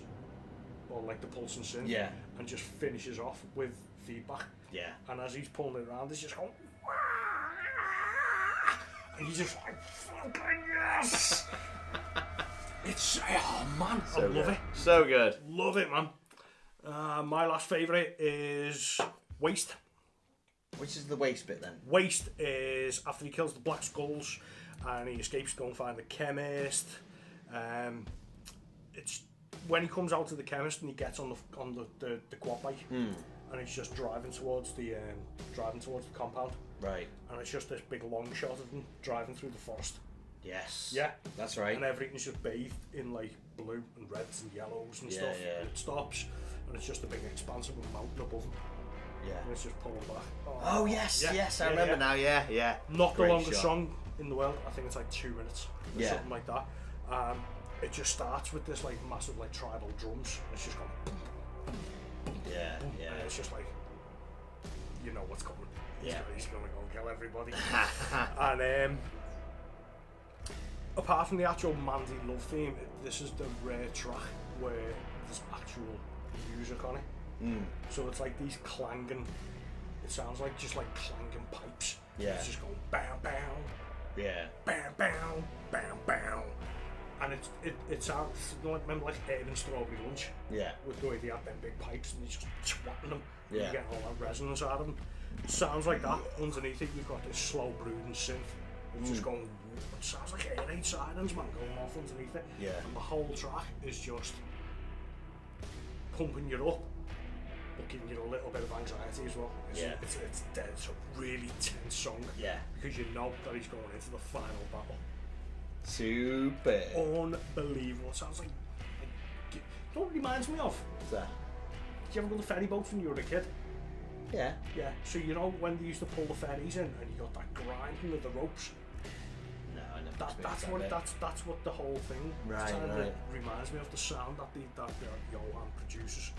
Speaker 3: on like the pulse and synth
Speaker 1: Yeah.
Speaker 3: and just finishes off with feedback
Speaker 1: Yeah.
Speaker 3: and as he's pulling it around it's just going and he's just like fucking
Speaker 1: [LAUGHS]
Speaker 3: yes it's oh man I love
Speaker 1: good.
Speaker 3: it
Speaker 1: So good.
Speaker 3: love it man uh, my last favourite is Waste
Speaker 1: Which is the waste bit then?
Speaker 3: Waste is after he kills the Black Skulls and he escapes to go and find the chemist. Um, it's when he comes out to the chemist and he gets on the on the, the, the quad bike
Speaker 1: Hmm.
Speaker 3: and he's just driving towards the um, driving towards the compound
Speaker 1: Right.
Speaker 3: and it's just this big long shot of him driving through the forest
Speaker 1: Yes.
Speaker 3: Yeah.
Speaker 1: That's right.
Speaker 3: and everything's just bathed in like blue and reds and yellows and
Speaker 1: Yeah,
Speaker 3: stuff.
Speaker 1: yeah.
Speaker 3: And it stops and it's just a big expanse of a mountain above him and
Speaker 1: Yeah.
Speaker 3: it's just pulling back.
Speaker 1: Oh yes,
Speaker 3: Yeah,
Speaker 1: yes, I
Speaker 3: yeah,
Speaker 1: remember
Speaker 3: yeah.
Speaker 1: now. Yeah, yeah.
Speaker 3: not the
Speaker 1: Great
Speaker 3: longest
Speaker 1: shot.
Speaker 3: song in the world. I think it's like two minutes or
Speaker 1: Yeah.
Speaker 3: something like that. Um, it just starts with this like massive like tribal drums. It's just going, boom,
Speaker 1: Yeah,
Speaker 3: [LAUGHS]
Speaker 1: yeah.
Speaker 3: and it's
Speaker 1: [LAUGHS]
Speaker 3: just like, you know what's coming. He's
Speaker 1: Yeah.
Speaker 3: gonna, he's gonna go and
Speaker 1: [LAUGHS]
Speaker 3: kill everybody. and um, apart from the actual Mandy love theme, this is the rare track where there's actual music on it. So it's like these clanging. It sounds like just like clanging pipes.
Speaker 1: Yeah.
Speaker 3: It's just going bam bam
Speaker 1: Yeah.
Speaker 3: bam, bam, bam, bam. And it, it, it sounds, you know, like- remember like Urban Strawberry Lunch?
Speaker 1: Yeah.
Speaker 3: With the way they had them big pipes and they just twatting them. and
Speaker 1: Yeah.
Speaker 3: You get all that resonance out of them. sounds like that. Underneath it, you've got this slow brooding synth. It's
Speaker 1: Mm.
Speaker 3: just going, it sounds like air raid sirens, man, going off underneath it.
Speaker 1: Yeah.
Speaker 3: And the whole track is just pumping you up. But giving you a little bit of anxiety as well. It's,
Speaker 1: Yeah.
Speaker 3: it's, it's dead. It's a really tense song
Speaker 1: Yeah.
Speaker 3: because you know that he's going into the final battle.
Speaker 1: Super.
Speaker 3: Oh. Unbelievable. Sounds like. like you know what it reminds me of?
Speaker 1: That.
Speaker 3: Did you ever go on the ferry boat when you were a kid?
Speaker 1: Yeah.
Speaker 3: Yeah. So you know when they used to pull the ferries in and you got that grinding of the ropes?
Speaker 1: No, I never.
Speaker 3: That,
Speaker 1: experienced
Speaker 3: that's
Speaker 1: that
Speaker 3: what
Speaker 1: bit.
Speaker 3: that's that's what the whole thing
Speaker 1: Right,
Speaker 3: kind of
Speaker 1: right.
Speaker 3: reminds me of the sound that the that uh, the Johan produces.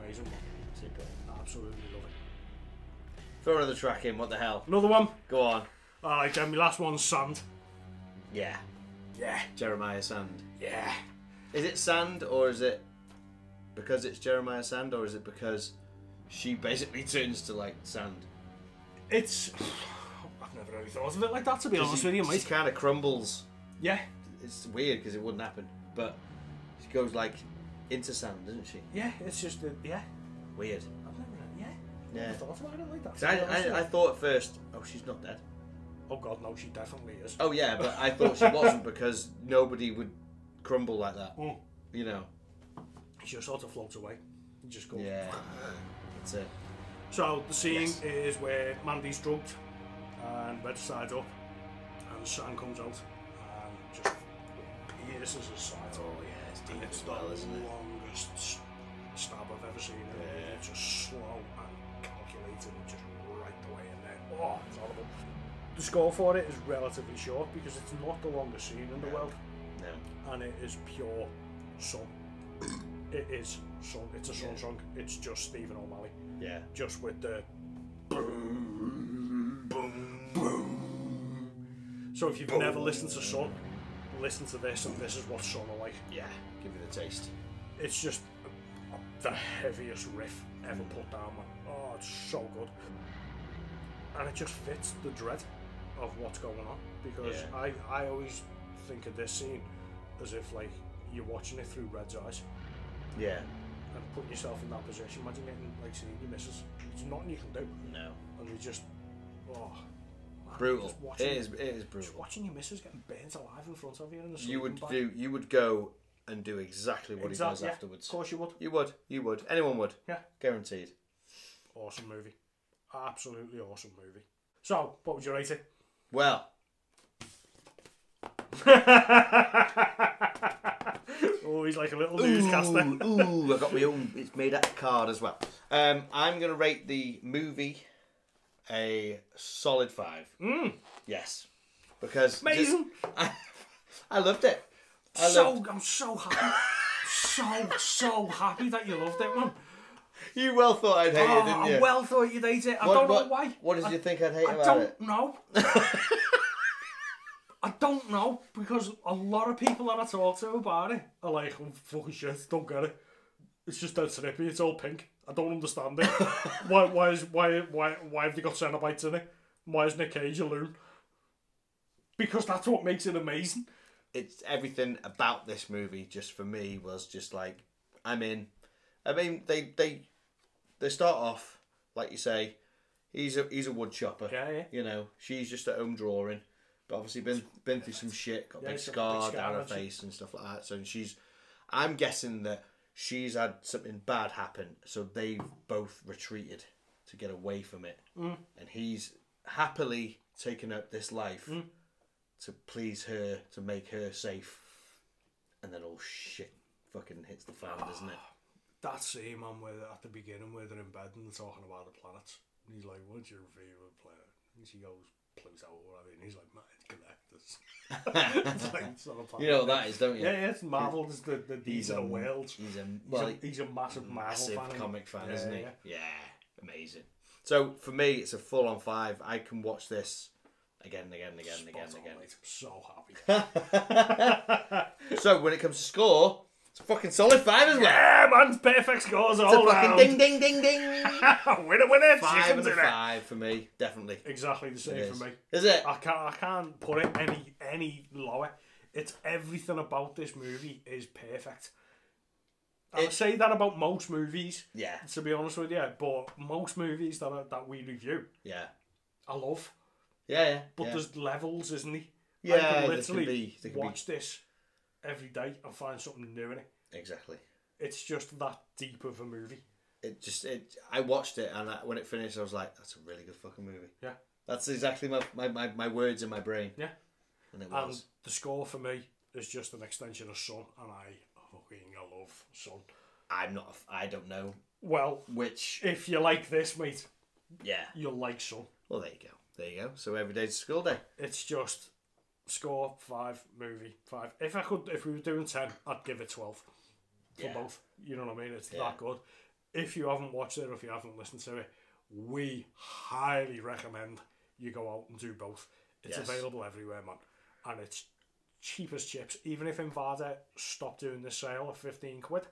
Speaker 3: Amazing one.
Speaker 1: Super.
Speaker 3: Absolutely love it.
Speaker 1: Throw another track in. What the hell?
Speaker 3: Another one.
Speaker 1: Go on.
Speaker 3: Alright then my last one's sand.
Speaker 1: Yeah.
Speaker 3: Yeah.
Speaker 1: Jeremiah Sand.
Speaker 3: Yeah.
Speaker 1: Is it Sand or is it because it's Jeremiah Sand or is it because she basically [LAUGHS] turns to like sand?
Speaker 3: It's [SIGHS] I've never really thought of it like that to be honest
Speaker 1: She-
Speaker 3: with you,
Speaker 1: she
Speaker 3: mate.
Speaker 1: kind of crumbles.
Speaker 3: Yeah,
Speaker 1: It's weird because it wouldn't happen, but she goes like into sand, doesn't she?
Speaker 3: yeah, it's just that, yeah.
Speaker 1: Weird.
Speaker 3: I've never, yeah.
Speaker 1: Yeah.
Speaker 3: Never thought about it like that.
Speaker 1: 'Cause I, I, I thought at first, oh, she's not dead.
Speaker 3: oh god, no, she definitely is.
Speaker 1: Oh yeah, but I thought [LAUGHS] she wasn't because nobody would crumble like that.
Speaker 3: Mm.
Speaker 1: You know.
Speaker 3: She just sort of floats away. You just go.
Speaker 1: Yeah. That's it.
Speaker 3: So the scene
Speaker 1: Yes.
Speaker 3: is where Mandy's drugged and red side up, and Sam comes out and just pierces his side.
Speaker 1: Oh, yeah, it's
Speaker 3: and it's the longest s- stab I've ever seen. And It's just slow and calculated and just right the way in there. Oh, it's horrible. The score for it is relatively short because it's not the longest scene in the world.
Speaker 1: No.
Speaker 3: and it is pure song. it is song. It's a song song. It's just Stephen O'Malley,
Speaker 1: Yeah.
Speaker 3: just with the boom, boom, So if you've never listened to Sun, listen to this, and this is what Sun are like.
Speaker 1: Yeah, give it a taste.
Speaker 3: It's just the heaviest riff ever put down, man. Oh, it's so good. And it just fits the dread of what's going on because
Speaker 1: Yeah.
Speaker 3: I, I always think of this scene as if like you're watching it through Red's eyes
Speaker 1: Yeah.
Speaker 3: and putting yourself in that position. Imagine getting like seeing your missus. There's nothing you can do,
Speaker 1: No.
Speaker 3: and you just oh man,
Speaker 1: Brutal.
Speaker 3: Just watching,
Speaker 1: It is. It is
Speaker 3: just
Speaker 1: brutal.
Speaker 3: watching your missus getting burnt alive in front of you in the
Speaker 1: You
Speaker 3: sleeping
Speaker 1: would
Speaker 3: bag.
Speaker 1: do. You would go and do exactly what
Speaker 3: Exact-
Speaker 1: he
Speaker 3: yeah,
Speaker 1: does afterwards.
Speaker 3: Of course you would.
Speaker 1: You would. You would. Anyone would.
Speaker 3: Yeah.
Speaker 1: Guaranteed.
Speaker 3: Awesome movie. Absolutely awesome movie. So, what would you rate it? [LAUGHS]
Speaker 1: Well,
Speaker 3: oh, he's like a little newscaster.
Speaker 1: ooh, ooh, I got my own. It's made out of card as well. Um, I'm gonna rate the movie a solid five. Yes, because
Speaker 3: Mm. Amazing.
Speaker 1: I, [LAUGHS] I loved it. I
Speaker 3: so,
Speaker 1: loved,
Speaker 3: I'm so happy. so, so happy that you loved it, man.
Speaker 1: you well thought I'd hate
Speaker 3: Oh,
Speaker 1: it, didn't
Speaker 3: I
Speaker 1: you?
Speaker 3: well thought you'd hate it. I
Speaker 1: what,
Speaker 3: don't
Speaker 1: what,
Speaker 3: know why.
Speaker 1: What did
Speaker 3: I,
Speaker 1: you think I'd hate
Speaker 3: I
Speaker 1: about
Speaker 3: don't
Speaker 1: it?
Speaker 3: [LAUGHS] know. I don't know because a lot of people that I talk to about it are like, oh, fucking shit, don't get it. It's just dead snippy. It's all pink. I don't understand [LAUGHS] it. why? Why is why why why have they got centibites in it? Why is Nick Cage a loon? Because that's what makes it amazing.
Speaker 1: It's everything about this movie. Just for me was just like I'm in. I mean, they they they start off like you say. He's a he's a wood chopper.
Speaker 3: Yeah, yeah.
Speaker 1: You know, she's just at home drawing, but obviously been been through some shit, got a
Speaker 3: Yeah,
Speaker 1: big
Speaker 3: she's got a
Speaker 1: scar
Speaker 3: big scar,
Speaker 1: down her
Speaker 3: hasn't she?
Speaker 1: face and stuff like that. So she's, I'm guessing that she's had something bad happen, so they've both retreated to get away from it,
Speaker 3: Mm.
Speaker 1: and he's happily taken up this life
Speaker 3: Mm.
Speaker 1: to please her, to make her safe, and then all shit fucking hits the fan, doesn't it?
Speaker 3: That scene, man, where they're at the beginning, where they're in bed and they're talking about the planets. And he's like, what's your favourite planet? And she goes, Pluto or whatever. And he's like, man, it's Galactus. it's like, it's not a
Speaker 1: [LAUGHS]
Speaker 3: planet.
Speaker 1: You know what that is, don't you?
Speaker 3: Yeah, yeah, it's Marvel. It's the, the, these
Speaker 1: He's
Speaker 3: are the
Speaker 1: a-
Speaker 3: worlds.
Speaker 1: He's a
Speaker 3: He's,
Speaker 1: well,
Speaker 3: a, he's a massive Marvel
Speaker 1: massive
Speaker 3: fan.
Speaker 1: comic fan,
Speaker 3: Yeah,
Speaker 1: isn't he?
Speaker 3: yeah.
Speaker 1: Yeah. amazing. So for me, it's a full on five. I can watch this again and again and again and again
Speaker 3: Spot
Speaker 1: and
Speaker 3: on,
Speaker 1: again.
Speaker 3: mate. I'm so
Speaker 1: [LAUGHS]
Speaker 3: happy.
Speaker 1: So when it comes to score, it's a fucking solid five as well.
Speaker 3: yeah, man, perfect scores
Speaker 1: It's
Speaker 3: all
Speaker 1: a fucking ding
Speaker 3: round.
Speaker 1: ding ding
Speaker 3: [LAUGHS]
Speaker 1: ding.
Speaker 3: winner, winner,
Speaker 1: five
Speaker 3: chicken
Speaker 1: and a
Speaker 3: dinner.
Speaker 1: five for me, definitely.
Speaker 3: Exactly the
Speaker 1: It
Speaker 3: same
Speaker 1: is.
Speaker 3: for me.
Speaker 1: Is it?
Speaker 3: I can't I can't put it any any lower. It's everything about this movie is perfect. I
Speaker 1: It-
Speaker 3: say that about most movies,
Speaker 1: Yeah,
Speaker 3: to be honest with you, but most movies that are, that we review,
Speaker 1: yeah,
Speaker 3: I love.
Speaker 1: yeah, yeah.
Speaker 3: But
Speaker 1: yeah.
Speaker 3: there's levels, isn't he?
Speaker 1: Yeah,
Speaker 3: I
Speaker 1: there
Speaker 3: can
Speaker 1: can
Speaker 3: literally
Speaker 1: be- there can be-
Speaker 3: watch this every day and find something new in it.
Speaker 1: exactly.
Speaker 3: It's just that deep of a movie.
Speaker 1: It just it. I watched it and I, when it finished, I was like, "That's a really good fucking movie."
Speaker 3: Yeah.
Speaker 1: That's exactly my my, my, my words in my brain.
Speaker 3: Yeah.
Speaker 1: and it
Speaker 3: And
Speaker 1: was.
Speaker 3: the score for me is just an extension of Sun, and I fucking love Sun.
Speaker 1: I'm not. a f- I don't know
Speaker 3: Well,
Speaker 1: which.
Speaker 3: if you like this, mate,
Speaker 1: Yeah.
Speaker 3: you'll like Sun.
Speaker 1: Well, there you go. There you go. So every day's a school day.
Speaker 3: It's just score five, movie five. If I could, if we were doing ten, I'd give it twelve for
Speaker 1: Yeah.
Speaker 3: both. You know what I mean? It's
Speaker 1: Yeah.
Speaker 3: that good. If you haven't watched it, or if you haven't listened to it, we highly recommend you go out and do both. It's
Speaker 1: Yes.
Speaker 3: available everywhere, man, and it's cheap as chips. Even if Invada stopped doing the sale at fifteen quid,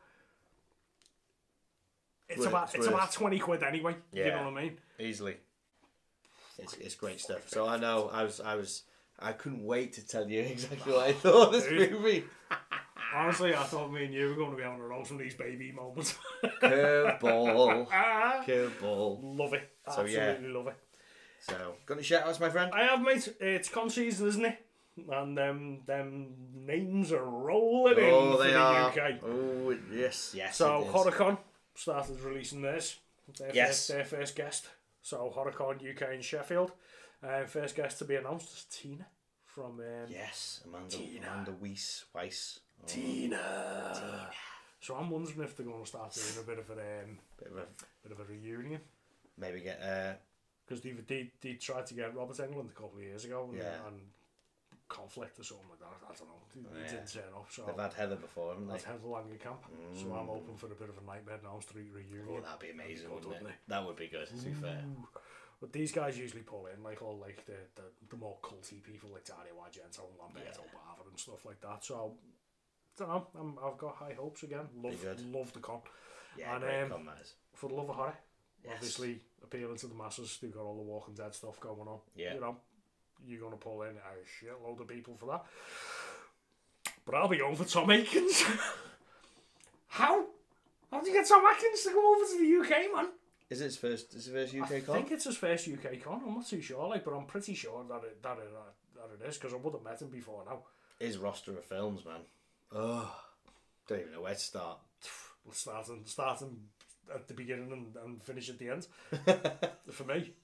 Speaker 3: it's
Speaker 1: Worth-
Speaker 3: about
Speaker 1: it's
Speaker 3: it's
Speaker 1: worth-
Speaker 3: about twenty quid anyway. You
Speaker 1: Yeah.
Speaker 3: know what I mean?
Speaker 1: Easily. It's, it's great stuff. So I know I was I was I couldn't wait to tell you [LAUGHS] exactly
Speaker 3: [LAUGHS]
Speaker 1: what I thought of this
Speaker 3: Dude.
Speaker 1: movie.
Speaker 3: Honestly, I thought me and you were going to be having a roll from these baby moments. [LAUGHS]
Speaker 1: Curveball.
Speaker 3: Ah,
Speaker 1: Curveball.
Speaker 3: love it.
Speaker 1: So,
Speaker 3: Absolutely
Speaker 1: yeah.
Speaker 3: love it.
Speaker 1: So got any shout outs, my friend?
Speaker 3: I have, mate. It's con season, isn't it? And them them names are rolling in
Speaker 1: Oh
Speaker 3: for
Speaker 1: they
Speaker 3: the
Speaker 1: are
Speaker 3: UK.
Speaker 1: Oh yes, yes.
Speaker 3: So
Speaker 1: it is.
Speaker 3: Horicon started releasing theirs. Their
Speaker 1: Yes.
Speaker 3: First, their first guest. So Horicon UK in Sheffield. Uh, first guest to be announced is Tina from um,
Speaker 1: Yes, Amanda Amanda Weiss Weiss. Oh,
Speaker 3: Tina. So I'm wondering if they're going to start doing a bit of a um,
Speaker 1: bit of a,
Speaker 3: bit of a reunion.
Speaker 1: maybe get uh
Speaker 3: because they, they, they tried to get Robert England a couple of years ago and,
Speaker 1: Yeah.
Speaker 3: and conflict or something like that. I don't know. He, he
Speaker 1: Yeah.
Speaker 3: didn't turn up, so
Speaker 1: they've Oh. had Heather before, haven't
Speaker 3: that's
Speaker 1: they?
Speaker 3: Heather Langer camp. So I'm hoping for a bit of a nightmare now street reunion.
Speaker 1: Oh, that'd be amazing, wouldn't
Speaker 3: That'd be good,
Speaker 1: it? Mm.
Speaker 3: wouldn't it?
Speaker 1: That would be good, to be fair.
Speaker 3: Ooh. But these guys usually pull in like all like the the, the more culty people like Dario Argento and Lamberto Bava and stuff like that. So dunno, I'm, I've got high hopes again. Love
Speaker 1: good.
Speaker 3: love the con.
Speaker 1: Yeah,
Speaker 3: And,
Speaker 1: great
Speaker 3: um,
Speaker 1: con that is.
Speaker 3: For the love of horror.
Speaker 1: Yes.
Speaker 3: Obviously appealing to the masses, they've got all the Walking Dead stuff going on.
Speaker 1: Yeah.
Speaker 3: You know, you're gonna pull in a shitload of people for that. But I'll be over Tom Aikens. [LAUGHS] How? How do you get Tom Atkins to come over to the UK, man?
Speaker 1: Is it his first? Is it his first
Speaker 3: I
Speaker 1: UK con?
Speaker 3: think it's his first UK con. I'm not too sure, like, but I'm pretty sure that it that it, uh, that it is because I would have met him before now.
Speaker 1: His roster of films, man. Ugh. Don't even know where to start. [LAUGHS]
Speaker 3: Starting starting at the beginning and, and finish at the end. For me,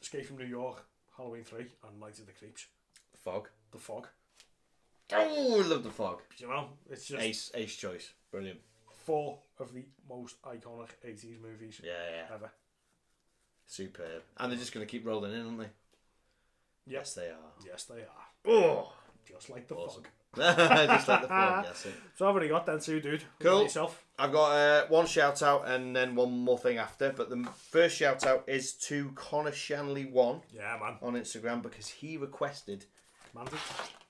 Speaker 3: Escape from New York, Halloween three, and Night of the Creeps,
Speaker 1: The Fog.
Speaker 3: The Fog.
Speaker 1: Oh, I love The Fog.
Speaker 3: You know, it's just
Speaker 1: Ace, ace choice. Brilliant.
Speaker 3: four of the most iconic '80s movies
Speaker 1: Yeah, yeah.
Speaker 3: ever.
Speaker 1: Superb. And they're just going to keep rolling in, aren't they? Yes, they are.
Speaker 3: Yes, they are
Speaker 1: Oh,
Speaker 3: just like The Fog.
Speaker 1: [LAUGHS] just like The Fog, yes. it-
Speaker 3: So I've already got them two, dude. What
Speaker 1: Cool.
Speaker 3: about Yourself.
Speaker 1: I've got uh, one shout out and then one more thing after, but the first shout out is to Connor Shanley1
Speaker 3: Yeah, man.
Speaker 1: on Instagram because he requested
Speaker 3: Mandy.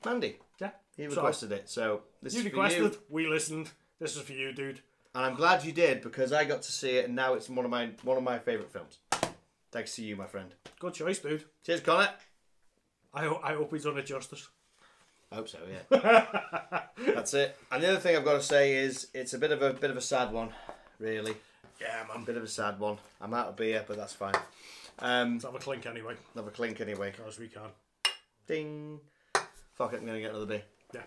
Speaker 1: Mandy.
Speaker 3: Yeah.
Speaker 1: He
Speaker 3: So-
Speaker 1: requested it, so this
Speaker 3: You
Speaker 1: is
Speaker 3: requested,
Speaker 1: for you.
Speaker 3: we listened. This is for you, dude.
Speaker 1: And I'm glad you did because I got to see it, and now it's one of my one of my favorite films. Thanks to you, my friend.
Speaker 3: Good choice, dude.
Speaker 1: Cheers, Connor.
Speaker 3: I, ho- I hope he's done it justice.
Speaker 1: I hope so. Yeah.
Speaker 3: [LAUGHS]
Speaker 1: That's it. And the other thing I've got to say is it's a bit of a bit of a sad one, really.
Speaker 3: Yeah, man.
Speaker 1: Bit of a sad one. I'm out of beer, but that's fine. Um,
Speaker 3: Let's have a clink anyway,
Speaker 1: another clink anyway.
Speaker 3: because we can.
Speaker 1: Ding. Fuck it, I'm gonna get another beer.
Speaker 3: Yeah.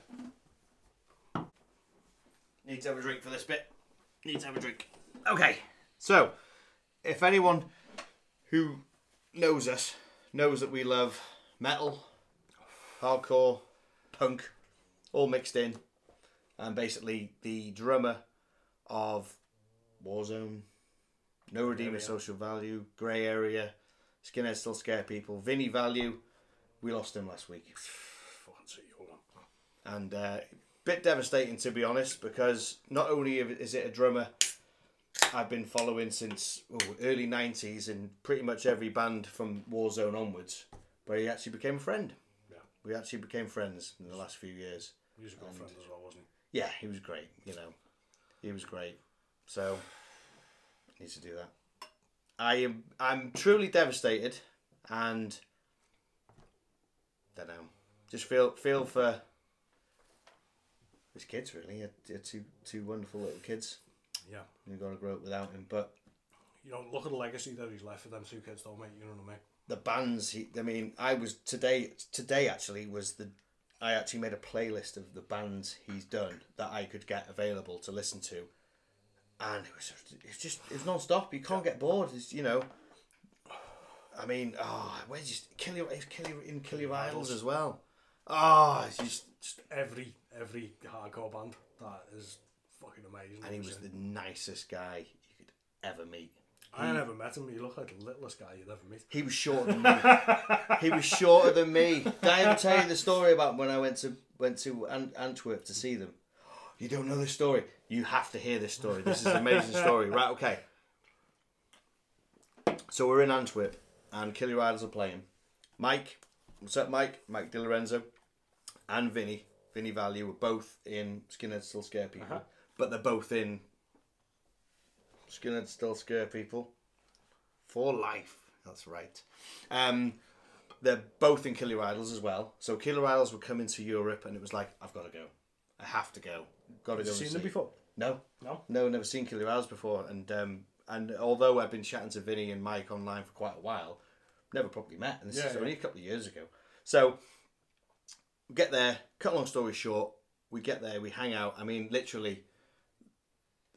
Speaker 1: Need to have a drink for this bit. Need to have a drink. Okay. So, if anyone who knows us knows that we love metal, hardcore, punk, all mixed in, and basically the drummer of Warzone, No Redeemer Social Value, Grey Area, Skinheads Still Scare People, Vinny Value, we lost him last week
Speaker 3: Fucking see you, man.
Speaker 1: and uh, bit devastating to be honest because not only is it a drummer I've been following since ooh, early 90s in pretty much every band from Warzone onwards but he actually became a friend
Speaker 3: Yeah.
Speaker 1: we actually became friends in the last few years
Speaker 3: He was a good friend as well, wasn't he?
Speaker 1: yeah he was great you know he was great so needs to do that I am I'm truly devastated and don't know just feel feel for his kids really they're, they're two two wonderful little kids
Speaker 3: Yeah.
Speaker 1: you've got to grow up without him but
Speaker 3: You know, look at the legacy that he's left for them two kids, though, mate. You know what I mean?
Speaker 1: the bands he, I mean I was today today actually was the I actually made a playlist of the bands he's done that I could get available to listen to and it was it's just it's non-stop you can't get bored it's you know I mean oh where's just kill your it's kill your in kill your idols as well oh it's just
Speaker 3: Just every every hardcore band. That is fucking amazing.
Speaker 1: and he was the nicest guy you could ever meet
Speaker 3: I never met him. He looked like the littlest guy you'd ever meet.
Speaker 1: He was shorter than me. he was shorter than me. Did I ever tell you the story about when I went to went to Ant- Antwerp to see them? You don't know this story. You have to hear this story. This is an amazing story. Right? Okay. So we're in Antwerp, and Killy Riders are playing. Mike, what's up, Mike? Mike Di Lorenzo, and Vinny, Vinny Value were both in Skinhead Still Scare People,
Speaker 3: Uh-huh.
Speaker 1: but they're both in Skinhead Still Scare People for life. That's right. Um, they're both in Killer Idols as well. So Killer Idols were coming to Europe, and it was like, I've got to go. I have to go. Got to go. and
Speaker 3: Seen
Speaker 1: see
Speaker 3: them
Speaker 1: it.
Speaker 3: before?
Speaker 1: No,
Speaker 3: No?
Speaker 1: no, never seen Killer Idols before. And um, and although I've been chatting to Vinny and Mike online for quite a while, never properly met. And this
Speaker 3: Yeah,
Speaker 1: is
Speaker 3: yeah.
Speaker 1: only a couple of years ago. So we get there. Cut a long story short, we get there. We hang out. I mean, literally,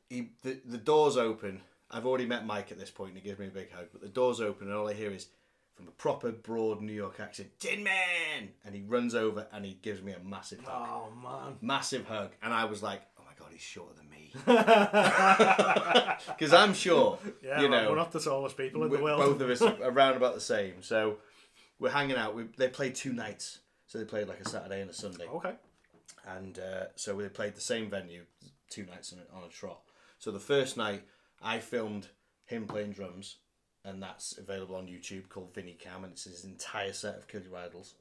Speaker 1: he the, the doors open. I've already met Mike at this point, and he gives me a big hug. But the doors open, and all I hear is from a proper broad New York accent, "Tin Man!" And he runs over and he gives me a massive hug
Speaker 3: Oh, man.
Speaker 1: massive hug, and I was like, "Oh my god, he's shorter than me," [LAUGHS] because I'm short.
Speaker 3: [LAUGHS] Yeah,
Speaker 1: you
Speaker 3: man,
Speaker 1: know,
Speaker 3: we're not the tallest people in
Speaker 1: we're-
Speaker 3: the world.
Speaker 1: both of us are around about the same. So we're hanging out. We, they played two nights, so they played like a Saturday and a Sunday,
Speaker 3: [LAUGHS] Okay.
Speaker 1: and uh, so we played the same venue two nights on a, on a trot. So the first night, I filmed him playing drums. and that's available on YouTube called Vinny Cam, and it's his entire set of Kill Your Idols,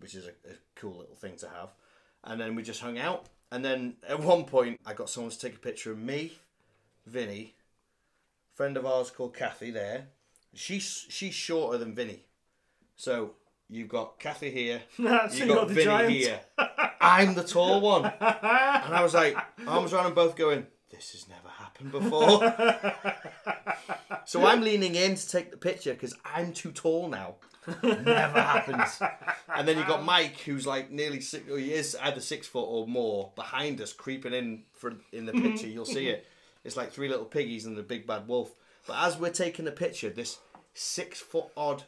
Speaker 1: which is a, a cool little thing to have. And then we just hung out, and then at one point I got someone to take a picture of me, Vinny, friend of ours called Kathy. There, she's she's shorter than Vinny, so you've got Kathy here,
Speaker 3: That's
Speaker 1: you got
Speaker 3: the
Speaker 1: Vinny
Speaker 3: giant.
Speaker 1: here. I'm the tall one, and I was like arms around them both, going, "This has never happened before." So I'm leaning in to take the picture because I'm too tall now. Never happens. And then you got Mike, who's like nearly six, or he is either six foot or more behind us, creeping in for in the picture. You'll see it. It's like three little piggies and the big bad wolf. But as we're taking the picture, this six foot odd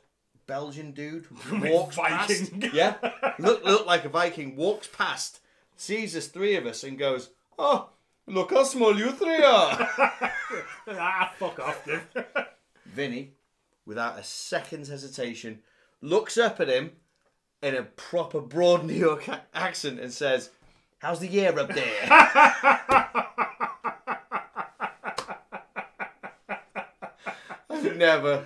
Speaker 1: Belgian dude walks
Speaker 3: Viking.
Speaker 1: past. Yeah, look, look like a Viking. Walks past, sees us three of us, and goes, "Oh, look how small you three are."
Speaker 3: [LAUGHS] Ah, fuck off, dude. [LAUGHS]
Speaker 1: Vinny, without a second's hesitation, looks up at him in a proper broad New York ac- accent and says, How's the year up there? I've never,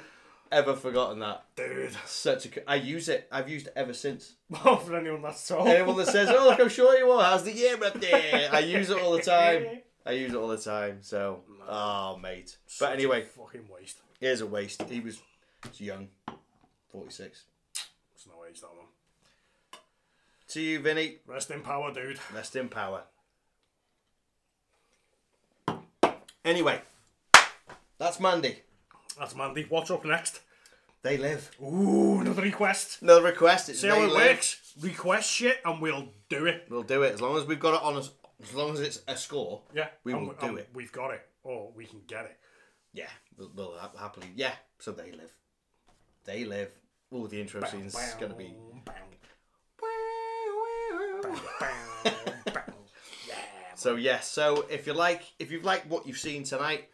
Speaker 1: ever forgotten that.
Speaker 3: dude. [LAUGHS]
Speaker 1: Such a. c- I use it. I've used it ever since.
Speaker 3: Well, for anyone that's tall.
Speaker 1: Anyone that says, "Oh, look, I'm sure you are," how's the year up there? I use it all the time. I use it all the time. So, oh, mate. But anyway,
Speaker 3: Fucking waste.
Speaker 1: Here's a waste. He was he's young, 46.
Speaker 3: It's no waste, that one.
Speaker 1: To you, Vinny.
Speaker 3: Rest in power, dude.
Speaker 1: Rest in power. Anyway, that's Mandy.
Speaker 3: That's Mandy. What's up next?
Speaker 1: They live.
Speaker 3: Ooh, another request.
Speaker 1: Another request. It's
Speaker 3: See
Speaker 1: they
Speaker 3: how it
Speaker 1: live.
Speaker 3: works? Request shit and we'll do it.
Speaker 1: We'll do it as long as we've got it on us. As long as it's a score.
Speaker 3: Yeah.
Speaker 1: We
Speaker 3: and
Speaker 1: will do
Speaker 3: and
Speaker 1: it.
Speaker 3: We've got it. Or we can get it.
Speaker 1: Yeah. We'll, we'll ha- happily. Yeah. So they live. They live. Oh, the intro scene's gonna be. So yes, so if you like, if you've liked what you've seen tonight,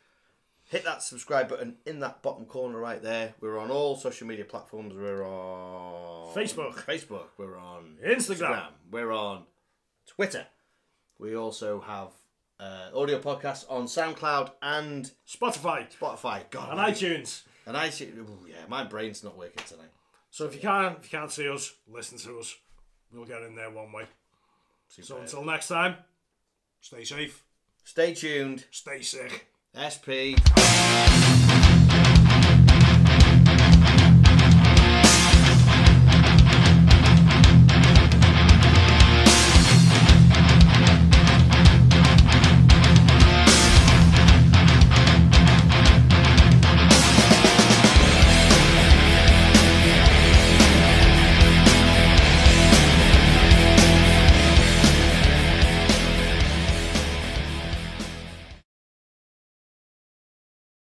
Speaker 1: hit that subscribe button in that bottom corner right there. We're on all social media platforms. We're on
Speaker 3: Facebook.
Speaker 1: Facebook. We're on
Speaker 3: Instagram.
Speaker 1: We're on Twitter. We also have uh, audio podcasts on SoundCloud and
Speaker 3: Spotify
Speaker 1: Spotify. God,
Speaker 3: and
Speaker 1: my-
Speaker 3: iTunes.
Speaker 1: and I see. ooh, yeah, my brain's not working tonight.
Speaker 3: So if you can't if you can't see us, listen to us. We'll get in there one way. So
Speaker 1: Superb.
Speaker 3: until next time, stay safe,
Speaker 1: Stay tuned.
Speaker 3: stay sick.
Speaker 1: SP.